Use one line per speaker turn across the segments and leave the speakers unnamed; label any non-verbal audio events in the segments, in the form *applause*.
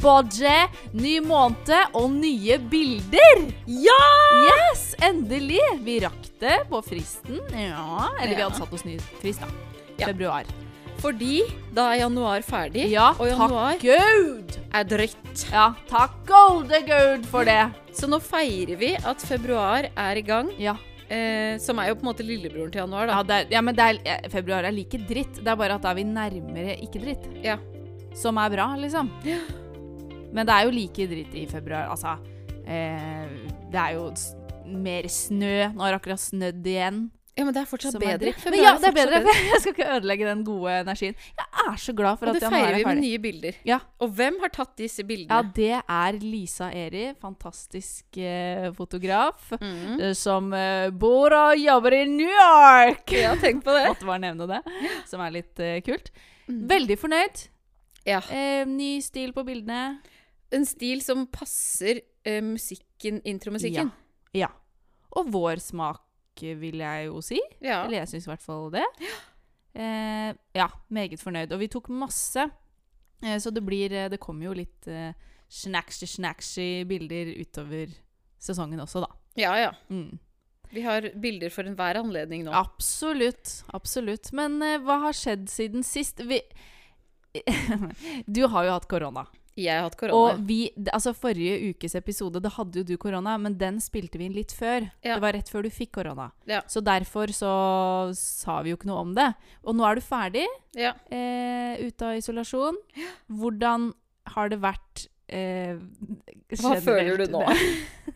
budget, ny måned og nye bilder!
Ja!
Yes, endelig! Vi rakk det på fristen. Ja, eller vi
Ja.
hadde satt oss ny frist, da.
Ja.
Februar.
Fordi da er januar ferdig,
Ja,
og januar
takk Gud!
er drøyt.
Ja, takk gode Gud for det.
Så nå feirer vi at februar er i gang,
Ja,
eh, som er jo på en måte lillebroren til januar, da.
ja, det er, ja men det er, eh, februar er like dritt. Det er bare at da er vi nærmere ikke dritt.
Ja.
Som er bra, liksom. Men det er jo like dritt i februar. Altså, eh, det er jo s- mer snø. Nå har det akkurat snødd igjen.
Ja, men det er fortsatt
som er
bedre.
dritt.
Februar
Men ja, det er
fortsatt
bedre. *laughs* Jeg skal ikke ødelegge den gode energien. Jeg er så glad for
Og
at
det
januar
feirer
er
vi med
ferdig.
nye bilder.
Ja.
Og hvem har tatt disse
Ja,
bildene?
det er Lisa Eri, fantastisk eh, fotograf,
Mm.
eh, som eh, bor og jobber i New York.
Ja, tenk på det.
*laughs* Måtte bare nevne det, som er litt eh, kult. Veldig fornøyd.
Ja.
Eh, ny stil på bildene.
En stil som passer eh, musikken, intromusikken.
Ja. ja. Og vår smak, eh, vil jeg jo si.
Ja.
Eller jeg syns i hvert fall det. Eh, ja, meget fornøyd. Og vi tok masse, eh, så det blir eh, Det kommer jo litt eh, snacksy-snacksy bilder utover sesongen også, da.
ja, ja.
Mm.
Vi har bilder for enhver anledning nå.
Absolutt. Absolutt. Men eh, hva har skjedd siden sist? Vi *laughs* du har jo hatt korona.
Jeg har hatt korona.
Og vi, d- altså Forrige ukes episode da hadde jo du korona, men den spilte vi inn litt før.
Ja.
Det var rett før du fikk korona.
Ja.
Så derfor så sa vi jo ikke noe om det. Og nå er du ferdig.
Ja.
eh, ute av isolasjon. Hvordan har det vært eh,
Hva
generelt?
føler du nå?
Det-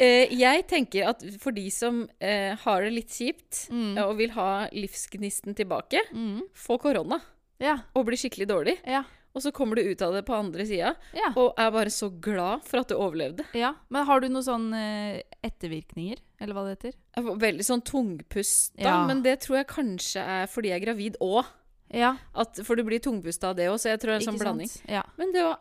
Eh, jeg tenker at for de som eh, har det litt kjipt
*laughs* Mm.
eh, og vil ha livsgnisten tilbake,
Mm.
få korona
Ja,
og bli skikkelig dårlig.
ja,
Og så kommer du ut av det på andre sida
ja,
og er bare så glad for at du overlevde.
ja. Men har du noen sånne eh, ettervirkninger, eller hva det heter?
Jeg får Veldig sånn tungpust, da,
Ja.
men det tror jeg kanskje er fordi jeg er gravid òg.
Ja,
For du blir tungpust av det òg, så jeg tror det er en sånn
ikke
blanding.
sant? Ja.
Men det var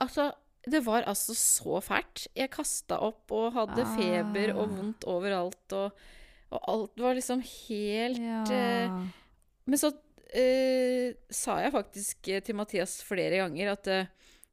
altså det var altså så fælt. Jeg kasta opp og hadde
Ah.
feber og vondt overalt. Og, og alt var liksom helt eh,
ja.
Men så eh, sa jeg faktisk eh, til Mathias flere ganger at eh,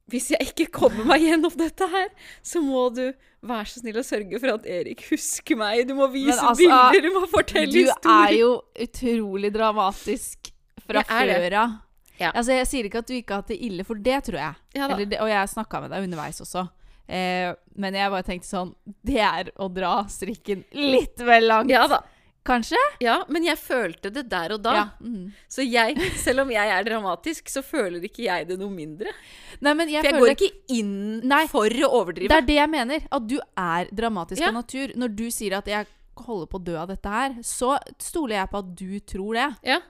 hvis jeg ikke kommer meg gjennom dette her, så må du være så snill å sørge for at Erik husker meg. Du må vise
Men altså,
bilder, du må fortelle
Du er
historier.
jo utrolig dramatisk fra
Jeg er det.
før av.
Ja.
Altså, jeg sier ikke at du ikke har hatt det ille, for det tror jeg.
Ja da.
Eller det, og jeg snakka med deg underveis også. Eh, men jeg bare tenkte sånn Det er å dra strikken litt vel langt.
Ja da.
Kanskje?
Ja, men jeg følte det der og da.
Ja. Mm.
Så jeg, selv om jeg er dramatisk, så føler ikke jeg det noe mindre.
Nei, men jeg,
For jeg
føler
går ikke inn
Nei.
for å
Det
overdrive.
er det jeg mener. At du er dramatisk
Ja.
av natur. Når du sier at jeg holder på å dø av dette her, så stoler jeg på at du tror det.
Ja,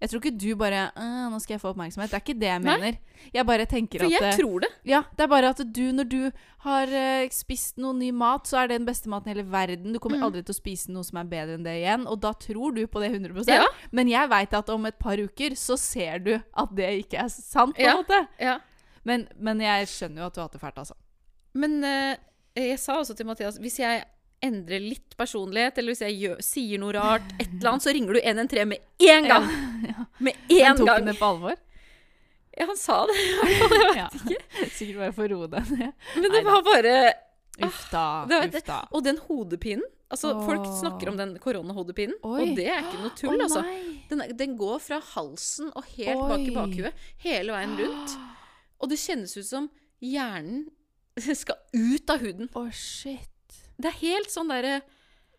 Jeg tror ikke du bare «Åh, 'Nå skal jeg få oppmerksomhet'. Det er ikke det jeg
Nei.
mener. Jeg bare tenker
for
at
jeg
eh,
tror det.
Ja, det er bare at du, når du har eh, spist noe ny mat, så er det den beste maten i hele verden. Du
Mm.
kommer aldri til å spise noe som er bedre enn det igjen, og da tror du på det 100
Ja.
Men jeg veit at om et par uker så ser du at det ikke er sant, på en
Ja.
måte.
Ja.
Men, men jeg skjønner jo at du har hatt det fælt, altså.
Men eh, jeg sa også til Mathias hvis jeg endrer litt personlighet, eller hvis jeg gjør, sier noe rart, et eller annet, så ringer du 113 med én gang!
*laughs*
Med
Men
én
tok
gang!
hun det på
*laughs*
alvor?
Ja, han sa det. *laughs*
Ja. *laughs* Sikkert bare for å roe deg ned.
Men det
Neida.
var bare
Uff da,
Ah, det var-
uff da.
Og den hodepinen. Altså, folk
Åh.
snakker om den koronahodepinen, og
Oi.
det er ikke noe tull,
Å,
altså.
nei.
Den, er- den går fra halsen og helt bak i
Oi.
bakhuet, hele veien rundt. Og det kjennes ut som hjernen *laughs* skal ut av huden.
Å, shit.
Det er helt sånn derre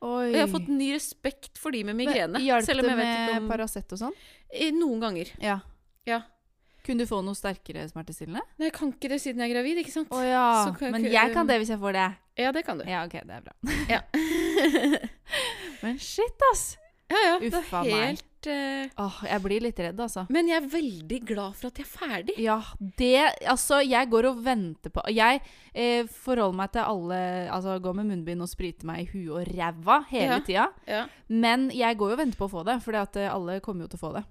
Oi.
Og jeg har fått ny respekt for de med migrene.
Men Hjalp
selv om
det
jeg vet
med
ikke om
Paracet og sånn?
Eh, Noen ganger.
Ja.
Ja.
Kunne du få noe sterkere smertestillende?
Nei, jeg kan ikke det siden jeg er gravid, ikke sant?
Å ja.
Så kan jeg
Men
ikke-
jeg kan det hvis jeg får det.
Ja, det kan du.
Ja, OK, det er bra.
Ja.
*laughs* Men shit, ass.
Ja, ja. det
Uffa
er
meg.
helt eh,
Åh, jeg blir litt redd, altså.
Men jeg er veldig glad for at jeg er ferdig.
Ja, det Altså, jeg går og venter på Jeg eh, forholder meg til alle Altså, går med munnbind og spriter meg i huet og ræva hele
Ja.
tida.
Ja.
Men jeg går jo og venter på å få det, for alle kommer jo til å få det.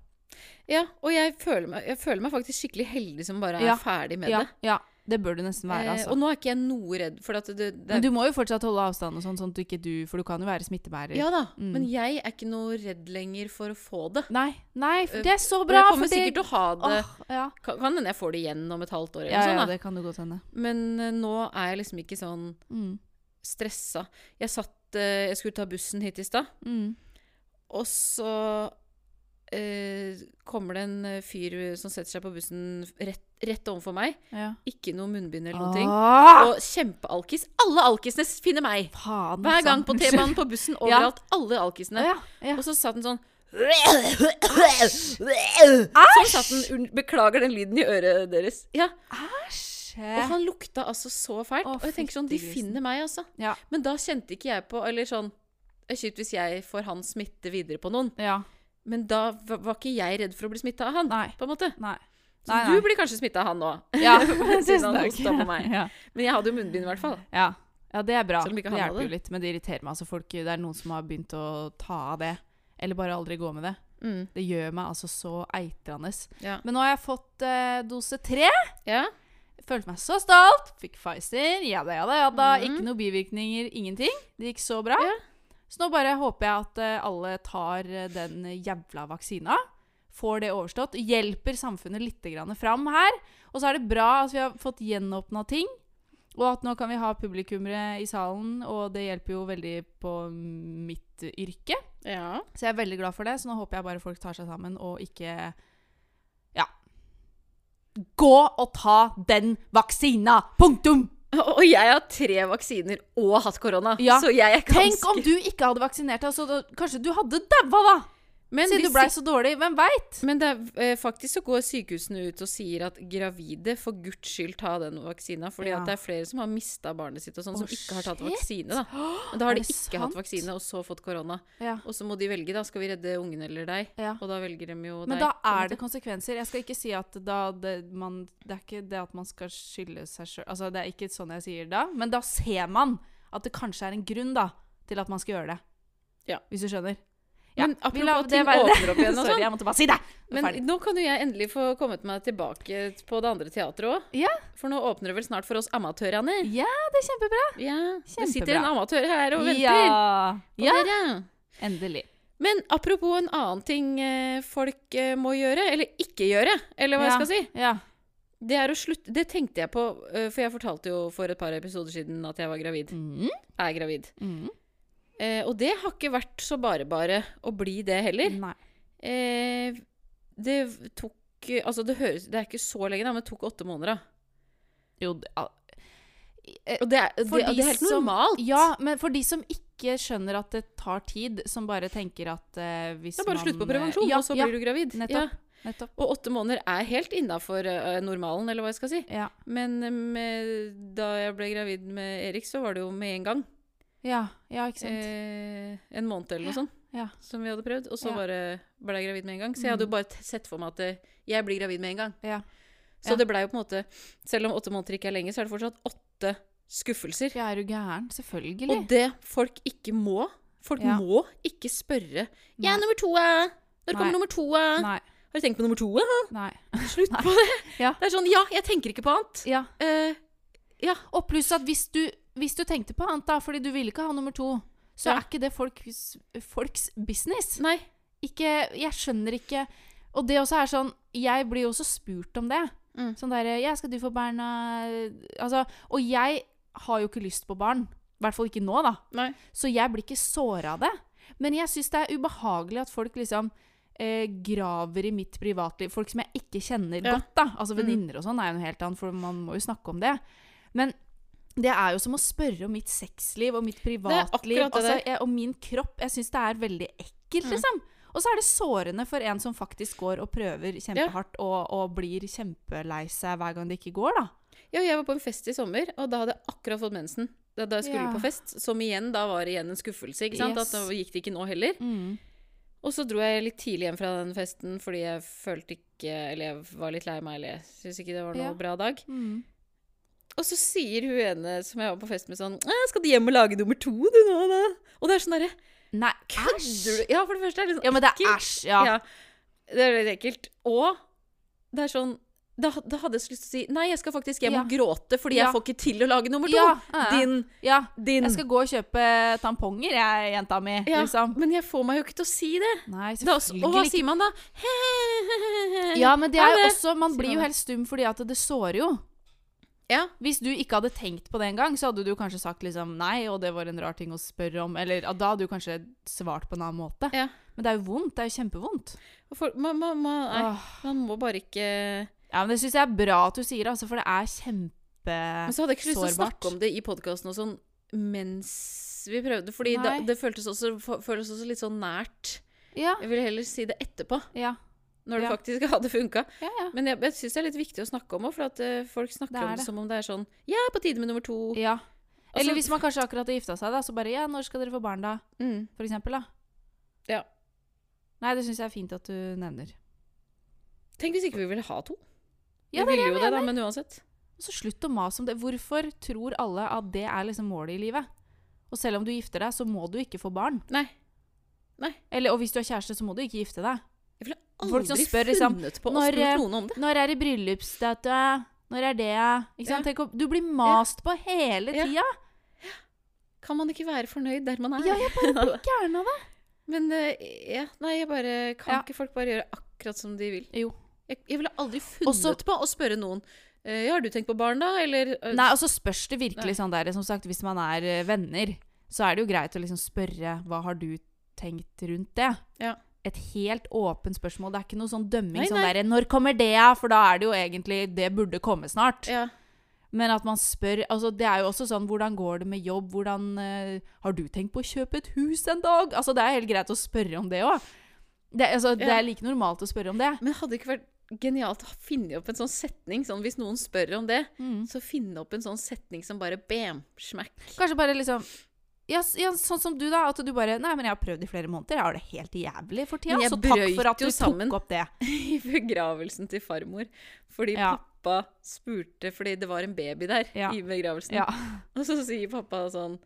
ja og jeg føler, meg, jeg føler meg faktisk skikkelig heldig som bare er
Ja.
ferdig med
Ja,
det.
ja. Det bør du nesten være,
Eh,
altså.
og nå er ikke jeg noe redd, for at det, det
Men du må jo fortsatt holde avstand, og sånn, sånn at du ikke du, for du kan jo være smittebærer.
Ja da,
Mm.
men jeg er ikke noe redd lenger for å få det.
Nei, nei, for
Eh,
det er så
For
bra!
jeg kommer
fordi-
sikkert til å ha det.
Åh, ja.
Kan kan hende jeg får det igjen om et halvt år, eller
Ja,
noe
ja,
sånt.
det kan du godt hende.
Da. Men eh, nå er jeg liksom ikke sånn
Mm.
stressa. Jeg satt eh, Jeg skulle ta bussen hit i stad,
Mm.
og så eh, kommer det en eh, fyr som setter seg på bussen rett, rett overfor meg.
Ja.
Ikke noe munnbind eller noen ting.
Åh,
Og kjempealkis. Alle alkisene finner meg!
Ah. faen,
Hver gang
sant.
på T-banen, på bussen, overalt. Alle
Å,
alkisene.
Ja, ja.
Og så satt den sånn Sånn satt den. Un- Beklager den lyden i øret deres. Ja,
Æsj!
Og han lukta altså så fælt.
Å,
og jeg tenker sånn, de
fytti grisen.
finner meg, altså.
Ja.
Men da kjente ikke jeg på Eller sånn det er Kjipt hvis jeg får hans smitte videre på noen,
Ja.
men da va- var ikke jeg redd for å bli smitta av han.
Nei.
på en måte.
Nei.
Så
Nei,
du
nei.
blir kanskje smitta av han nå.
*laughs* Ja,
Siden han hosta på meg.
Ja.
Men jeg hadde jo munnbind, i hvert fall.
Ja. ja, det er bra.
Selv om
Det
ikke han hadde
hjelper jo
det.
litt, men det irriterer meg. Altså, folk, det er noen som har begynt å ta av det. Eller bare aldri gå med det.
Mm.
Det gjør meg altså så eitrende.
Ja.
Men nå har jeg fått eh, dose tre.
ja.
Følte meg så stolt. Fikk Pfizer. Ja da, ja da. ja da.
Mhm.
Ikke noen bivirkninger. Ingenting. Det gikk så bra.
Ja.
Så nå bare håper jeg at eh, alle tar eh, den jævla vaksina. Får det overstått. Hjelper samfunnet litt grann fram her. Og så er det bra at vi har fått gjenåpna ting. Og at nå kan vi ha publikummere i salen, og det hjelper jo veldig på mitt yrke.
ja.
Så jeg er veldig glad for det, så nå håper jeg bare folk tar seg sammen og ikke Ja. Gå og ta den vaksina! Punktum!
*laughs* Og og jeg har tre vaksiner og hatt korona,
Ja.
så jeg er ganske
Tenk om du ikke hadde vaksinert deg, så da, kanskje du hadde daua, da!
Men,
Siden
hvis
du blei så dårlig. Hvem veit?
Men det er, eh, faktisk så går sykehusene ut og sier at gravide for guds skyld ta den vaksina. Fordi
Ja.
at det er flere som har mista barnet sitt og sånn, som
Å,
ikke har tatt
shit!
vaksine. da. Men da har
Er
de
det
ikke hatt
sant?
vaksine og så fått korona.
Ja.
Og så må de velge, da. Skal vi redde ungen eller deg?
Ja.
Og da velger de jo
Men
deg.
da
på en
er det
måte.
konsekvenser. Jeg skal ikke si at da det, man, det er ikke det at man skal skylde seg sjøl altså, Det er ikke sånn jeg sier da, men da ser man at det kanskje er en grunn da, til at man skal gjøre det.
Ja.
Hvis du skjønner.
Men
vi
apropos
lar
at
det
ting
være det.
åpner opp igjen og
*laughs* Sorry,
sånn.
jeg måtte bare si det!
Men
Ferdig.
nå kan jo jeg endelig få kommet meg tilbake på det andre teatret òg.
Ja.
For nå åpner det vel snart for oss amatørene.
Ja, det er kjempebra.
Ja. Det
Kjempebra.
sitter en amatør her og venter
Ja.
på
ja.
dere.
Endelig.
Men apropos en annen ting eh, folk eh, må gjøre, eller ikke gjøre, eller
ja.
hva jeg skal si.
Ja.
Det er å slutte Det tenkte jeg på, eh, for jeg fortalte jo for et par episoder siden at jeg var gravid.
Mm.
Er gravid.
Mm.
Eh, og det har ikke vært så bare-bare å bli det heller.
Nei.
Eh, det tok Altså, det høres Det er ikke så lenge, da, men det tok åtte måneder, da.
Jo, det- al-
Og det er, det,
For de
det er helt
som-
normalt.
ja, men for de som ikke skjønner at det tar tid, som bare tenker at eh, hvis
det er bare å
man
slutte på prevensjon,
ja,
og så
ja,
blir du gravid.
nettopp.
Ja.
Nettopp.
Og åtte måneder er helt innafor eh, normalen, eller hva jeg skal si.
Ja.
Men eh, med, da jeg ble gravid med Erik, så var det jo med en gang.
Ja, ja, ikke sant.
Eh, en måned eller noe sånt.
ja.
Som vi hadde prøvd. Og så
Ja. Mm.
bare ble jeg gravid med en gang. Så jeg hadde jo bare t- sett for meg at eh, jeg blir gravid med en gang.
Ja.
Så
Ja.
det blei jo på en måte Selv om åtte måneder ikke er lenge, så er det fortsatt åtte skuffelser.
Ja, er du gæren? Selvfølgelig.
Og det folk ikke må. Folk
Ja.
må ikke spørre Jeg
Nei.
er nummer to, jeg. Når
Nei.
kommer nummer to? jeg?
Nei.
Har du tenkt på nummer to?
*laughs*
jeg?
Nei.
Slutt på det!
Ja.
Det er sånn Ja, jeg tenker ikke på annet.
Ja.
Eh,
Og pluss at hvis du, hvis du tenkte på annet, da, fordi du ville ikke ha nummer to, så
Ja.
er ikke det folks, folks business.
nei.
ikke Jeg skjønner ikke Og det også er sånn Jeg blir jo også spurt om det.
Mm.
Sånn derre Ja, skal du få barn? eh?» Altså Og jeg har jo ikke lyst på barn. I hvert fall ikke nå, da.
Nei.
Så jeg blir ikke såra av det. Men jeg syns det er ubehagelig at folk liksom eh, graver i mitt privatliv. Folk som jeg ikke kjenner
Ja. Mm.
godt, da. Altså venninner og sånn er jo noe helt annet, for man må jo snakke om det. Men det er jo som å spørre om mitt sexliv og mitt privatliv
akkurat det Mm.
altså,
der.
jeg, og min kropp. Jeg syns det er veldig ekkelt, liksom. Og så er det sårende for en som faktisk går og prøver kjempehardt og, og blir kjempelei seg hver gang det ikke går, da.
Ja, jeg var på en fest i sommer, og da hadde jeg akkurat fått mensen. Da, da jeg skulle
Ja.
på fest, Som igjen da var igjen en skuffelse. ikke sant?
Yes.
At nå gikk det ikke nå heller. Og så dro jeg litt tidlig hjem fra den festen fordi jeg følte ikke Eller jeg var litt lei meg, eller jeg syns ikke det var noe
Ja.
bra dag.
Mm.
Og så sier hun ene som jeg var på fest med, sånn «Eh, 'Skal du hjem og lage nummer to, du nå, da?' Og det er sånn derre
Nei,
Kødder
æsj!
du? Ja, for det første er det litt sånn
Ja, men det er
ekkelt.
æsj, ja.
Ja, det er litt ekkelt. Og det er sånn da, da hadde jeg så lyst til å si Nei, jeg skal faktisk hjem
Ja.
og gråte fordi
Ja.
jeg får ikke til å lage nummer to.
Ja, ja, ja.
Din,
ja.
din.
Jeg skal gå og kjøpe tamponger, jeg, jenta mi.
ja,
Liksom.
Men jeg får meg jo ikke til å si det.
Nei,
Da, og hva
selvfølgelig ikke.
sier man da? *laughs*
Ja, men det er
Ha
jo
det,
også Man
sier
blir jo
man.
helt stum fordi at det sårer jo.
Ja.
Hvis du ikke hadde tenkt på det engang, så hadde du kanskje sagt liksom nei, og det var en rar ting å spørre om, eller ja, da hadde du kanskje svart på en annen måte.
Ja.
Men det er jo vondt. Det er jo kjempevondt.
Og folk- man, man, man, nei,
Åh.
man må bare ikke
Ja, men det syns jeg er bra at du sier, altså, for det er kjempe...
Men så hadde jeg ikke lyst til å
sårbart.
snakke om det i podkasten og sånn mens vi prøvde, fordi da,
Nei.
det føltes også, føles også litt sånn nært.
Ja,
Jeg ville heller si det etterpå,
ja,
når det
Ja.
faktisk *laughs* hadde funka.
ja. ja.
Men jeg, jeg syns det er litt viktig å snakke om òg, for at eh, folk snakker
Det er
om det
det.
som om det er sånn Ja, på tide med nummer to. Altså,
ja.
Og så-
Eller hvis man kanskje akkurat har gifta seg, da, så bare ja, når skal dere få barn, da?
Mm.
For eksempel, da.
Ja.
Nei, det syns jeg er fint at du nevner.
Tenk hvis ikke vi ville ha to.
Ja,
vi
det er det jeg
ville jo det, da,
mener.
men uansett.
Og så slutt å mase om det. Hvorfor tror alle at det er liksom målet i livet? Og selv om du gifter deg, så må du ikke få barn.
Nei. Nei.
Eller, og hvis du er kjæreste, så må du ikke gifte deg.
Jeg ville
Folk som
aldri
spør, liksom,
funnet på å
når, eh,
spørre noen om det.
Når er det bryllupsdato? Når er det? Ikke sant?
Ja.
Tenk, om- du blir mast på hele
Ja.
tida!
Kan man ikke være fornøyd der man er?
Ja, jeg bare blir gæren av det.
*laughs* Men eh, ja, nei, jeg bare Kan
Ja.
ikke folk bare gjøre akkurat som de vil?
Jo.
Jeg, jeg ville aldri funnet
Også-
på å spørre noen eh, ja, 'Har du tenkt på barn, da?' Eller eh,
Nei, og så spørs det virkelig
Nei.
sånn der, som sagt, hvis man er eh, venner, så er det jo greit å liksom spørre hva har du tenkt rundt det?
Ja.
Et helt åpent spørsmål. Det er ikke noe sånn dømming
Nei,
sånn
nei.
der Når kommer det, ja? For da er det jo egentlig Det burde komme snart.
ja.
Men at man spør altså Det er jo også sånn Hvordan går det med jobb? Hvordan eh, Har du tenkt på å kjøpe et hus en dag? Altså, det er helt greit å spørre om det òg. Det, altså, det
Ja.
er like normalt å spørre om det.
Men hadde det ikke vært genialt å finne opp en sånn setning? Sånn, hvis noen spør om det,
Mm.
så finne opp en sånn setning som bare bam, smack.
Kanskje bare liksom ja, s- ja, sånn som du, da. At du bare Nei, men jeg har prøvd i flere måneder. Jeg har det helt jævlig for tida.
Men jeg
Så takk
brøyt
for at
jo
du
sammen.
tok opp
*laughs*
det.
I begravelsen til farmor. Fordi
Ja.
pappa spurte Fordi det var en baby der
Ja.
i begravelsen.
Ja.
Og så sier pappa sånn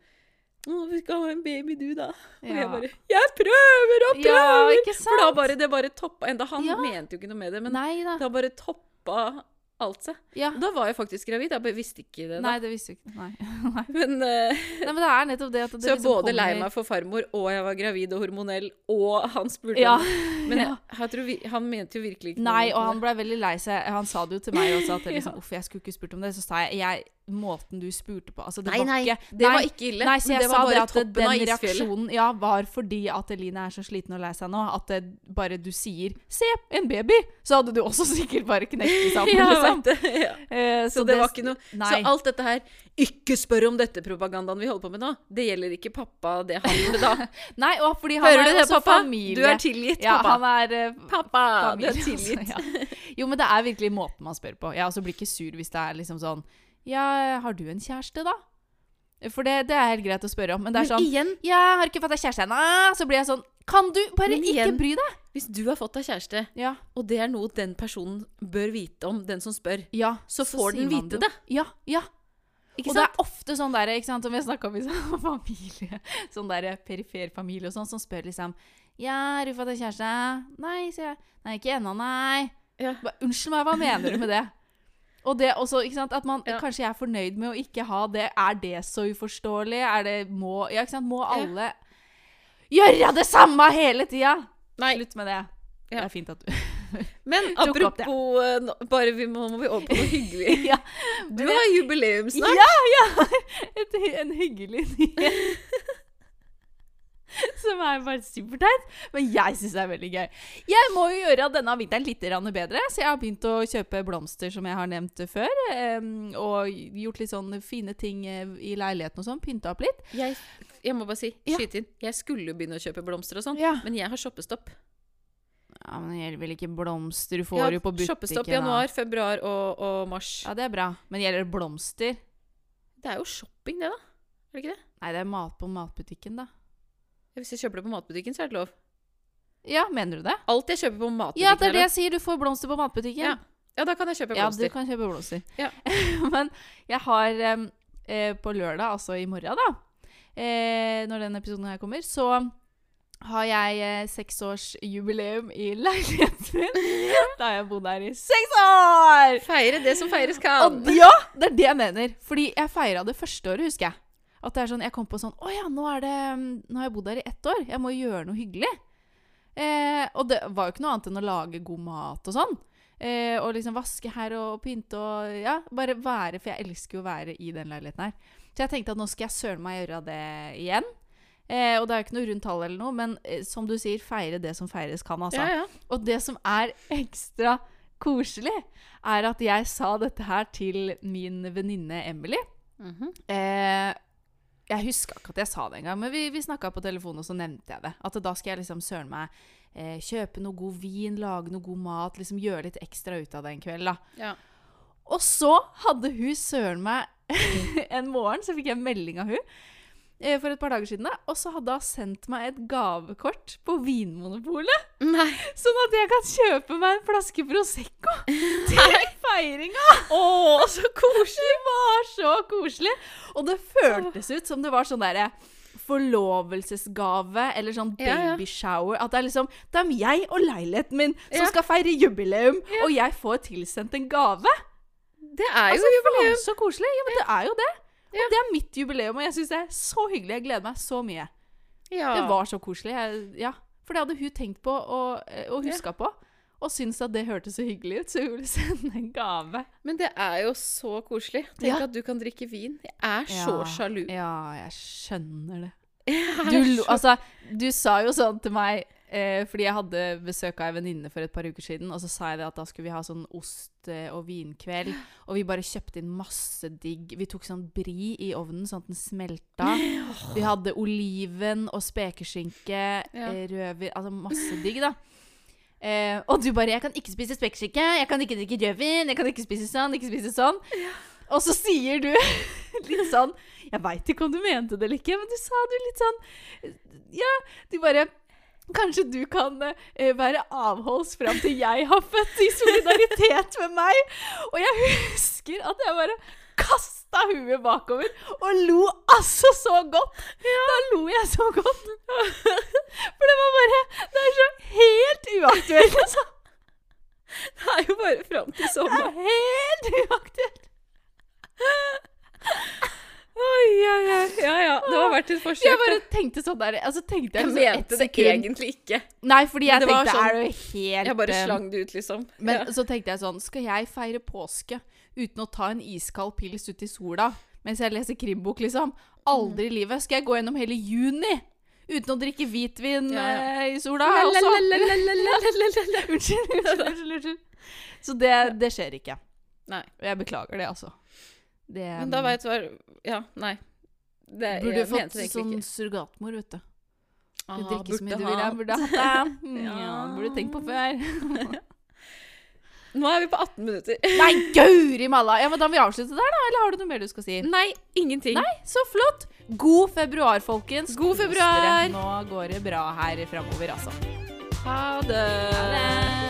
'Å, vi skal ha en baby, du, da.' Og jeg
ja.
bare 'Jeg prøver og
ja,
prøver!'
ikke sant?
For da bare, det bare toppa Enda han
Ja.
mente jo ikke noe med det, men
Nei da.
da bare toppa alt seg.
Ja.
Da var jeg faktisk gravid. Jeg bare visste ikke det. da.
Nei, det visste jeg ikke. Nei. Nei.
Men, eh,
Nei, men det er nettopp det at det
så jeg
liksom
både lei
kommer-
meg for farmor, og jeg var gravid og hormonell, og han spurte
ja.
om det. Men jeg, jeg tror vi, han mente jo virkelig ikke
Nei,
noe
og
med
han
det.
ble veldig lei seg. Han sa det jo til meg også, at
*laughs*
det liksom, uff, jeg skulle ikke spurt om det. Så sa jeg, jeg måten du spurte på altså, det
Nei,
var
nei,
ikke,
det var ikke ille.
Nei, så
men
jeg
det
sa
var
det
bare
at
toppen av
den
*laughs* isfjellet.
reaksjonen ja, var fordi at Eline er så sliten og lei seg nå, at det bare du sier 'se, en baby', så hadde du også *laughs* sikkert bare knekt i sammen.
*laughs* Ja,
liksom.
vet du, ja.
Eh,
Så det var ikke noe
Nei.
Så alt dette her 'ikke spør om dette'-propagandaen vi holder på med nå, det gjelder ikke pappa, det han
*laughs*
gjorde da.
nei, og fordi han
Hører
er
du det,
også
pappa?
familie.
Du er tilgitt,
ja,
pappa.
han er eh,
Pappa, du
familie. *laughs*
er tilgitt.
altså, ja. Jo, men det er virkelig måten man spør på. Jeg også blir ikke sur hvis det er liksom sånn Ja, har du en kjæreste, da? For det, det er helt greit å spørre om. Men det er
Men
sånn
igjen,
Ja, har ikke fått deg kjæreste ennå. Så blir jeg sånn Kan du bare
Men
ikke
igjen-
bry deg?
hvis du har fått deg kjæreste,
Ja.
og det er noe den personen bør vite om, den som spør,
ja
så får den
sier man
vite
jo.
det.
Ja. ja.
Ikke
og
sant?
det er ofte sånn der, ikke sant, som vi har snakka om i sånn *laughs* familie, sånn der perifer familie og sånn, som spør liksom Ja, har du fått deg kjæreste? Nei, sier jeg. Nei, ikke ennå, nei.
Ja.
Ba, Unnskyld meg, hva mener du med det? Og det også, ikke sant, at man
Ja.
kanskje jeg er fornøyd med å ikke ha det. Er det så uforståelig? Er det Må Ja, ikke sant, må alle gjøre det samme hele tida?
Nei.
Slutt med det. Det
Ja.
er fint at
*laughs*
du
Men
Tok opp det.
apropos eh, nå- Bare vi må, må vi over på noe hyggelig.
Ja.
Du har jubileum snart.
Ja, ja! *laughs* Et, hy- en hyggelig nyhet. *laughs* Som er bare superteit, men jeg syns det er veldig gøy. Jeg må jo gjøre denne vinteren litt grann bedre, så jeg har begynt å kjøpe blomster, som jeg har nevnt før. em, Og gjort litt sånne fine ting eh, i leiligheten og sånn. Pynta opp litt.
Jeg, jeg må bare si,
Ja.
skyt inn. Jeg skulle jo begynne å kjøpe blomster og sånn,
Ja.
men jeg har shoppestopp.
Ja, men det gjelder vel ikke blomster du
Jeg
får
har
jo på butikken.
shoppestopp
da.
januar, februar og, og mars.
Ja, det er bra. Men gjelder det blomster?
Det er jo shopping, det, da. Er det ikke det?
Nei, det er mat på matbutikken, da.
Hvis jeg kjøper det på matbutikken, så er det lov.
Ja, mener du det?
Alt jeg kjøper på matbutikken,
Ja, det er det
lov.
jeg sier. Du får blomster på matbutikken.
Ja. Ja, da kan jeg kjøpe
Ja, du
blomster.
kan kjøpe blomster.
Ja.
*laughs* Men jeg har em, eh, på lørdag, altså i morgen da, eh, når denne episoden her kommer, så har jeg eh, seksårsjubileum i leiligheten
*laughs*
min. Da har jeg bodd her i seks år!
Feire det som feires kan.
Og ja, det er det jeg mener. Fordi jeg feira det første året, husker jeg. At det er sånn, jeg kom på sånn Å ja, nå, er det, mm, nå har jeg bodd her i ett år. Jeg må jo gjøre noe hyggelig. Eh, og det var jo ikke noe annet enn å lage god mat og sånn. Eh, og liksom vaske her og pynte og ja, bare være. For jeg elsker jo å være i den leiligheten her. Så jeg tenkte at nå skal jeg søren meg gjøre det igjen. Eh, og det er jo ikke noe rundt tall eller noe, men eh, som du sier, feire det som feires kan, altså.
Ja, ja.
Og det som er ekstra koselig, er at jeg sa dette her til min venninne Emily. Eh, jeg huska ikke at jeg sa det engang, men vi, vi snakka på telefonen, og så nevnte jeg det. At da skal jeg liksom søren meg eh, kjøpe noe god vin, lage noe god mat, liksom gjøre litt ekstra ut av det en kveld, da.
ja.
Og så hadde hun søren meg *laughs* en morgen, så fikk jeg en melding av hun eh, for et par dager siden, da. Og så hadde hun sendt meg et gavekort på Vinmonopolet.
Nei.
Sånn at jeg kan kjøpe meg en flaske
*laughs*
Prosecco til feiringa! Å, så koselig! Det var så koselig! Og det føltes ut som det var sånn derre forlovelsesgave eller sånn
Ja, ja.
babyshower. At det er liksom Det er jeg og leiligheten min som
Ja.
skal feire jubileum, og jeg får tilsendt en gave!
Det er jo
Altså,
jubileum.
faen, Så koselig! Ja, men det er jo det.
Ja.
Og det er mitt jubileum, og jeg syns det er så hyggelig. Jeg gleder meg så mye.
Ja.
Det var så koselig. Jeg, ja. For det hadde hun tenkt på og, eh, og huska på. Og syntes at det hørtes så hyggelig ut, så hun ville *laughs* sende en gave.
Men det er jo så koselig. Tenk
Ja.
at du kan drikke vin. Jeg er så
Ja.
sjalu.
Ja, jeg skjønner det.
*laughs* Jeg er
Du, lo-
så-
altså, du sa jo sånn til meg eh, fordi jeg hadde besøk av ei venninne for et par uker siden, og så sa jeg det at da skulle vi ha sånn ost- og vinkveld. Og vi bare kjøpte inn masse digg. Vi tok sånn bri i ovnen, sånn at den smelta. Vi hadde oliven og spekeskinke,
Ja.
eh, rødvin Altså masse digg, da. Eh, og du bare 'Jeg kan ikke spise spekeskinke, jeg kan ikke drikke rødvin, jeg kan ikke spise sånn, ikke spise sånn'. Og så sier du *laughs* litt sånn Jeg veit ikke om du mente det eller ikke, men du sa du litt sånn Ja, du bare Kanskje du kan eh, være avholds fram til jeg har født, i solidaritet med meg. Og jeg husker at jeg bare kasta huet bakover og lo altså så godt. Da lo jeg så godt. For det var bare Det er så helt
*laughs*
uaktuelt, altså.
Det er jo bare fram til
Det
sommeren.
er helt uaktuelt.
Oi, ja, ja. ja, ja. Det har vært et forsøk.
Jeg
da.
bare tenkte sånn der altså, tenkte jeg,
jeg
liksom ett
mente det
sekund.
egentlig ikke.
Nei, fordi
Men
jeg
det var
tenkte
sånn-
er det jo helt
Jeg bare
eh,
slang det ut, liksom.
*laughs* Men
ja.
så tenkte jeg sånn, skal jeg feire påske uten å ta en iskald pils ut i sola mens jeg leser krimbok, liksom? Aldri i livet. Skal jeg gå gjennom hele juni uten å drikke hvitvin
Ja, ja.
eh, i sola også?
Lalalalalalalalalala.
*laughs* Unnskyld, unnskyld, unnskyld, unnskyld. Så det, det skjer ikke.
Nei.
Og jeg beklager det, altså. Det, mm,
Men da veit du hva Ja, nei. Det,
Burde
jeg
du fått
mente det egentlig
sånn
ikke.
surrogatmor, vet du. Du
Ah,
drikker så mye du
burde
vil.
ha.
Jeg burde hatt det. Mm,
Ja.
ja, burde tenkt på før.
Nå er vi på 18 minutter.
Nei, gauri malla! Ja, men da må vi avslutte der, da. Eller har du noe mer du skal si?
Nei, ingenting.
Så flott! God februar, folkens.
God
Kos dere.
februar.
Nå går det bra her framover, altså.
Ha det.
Ha det.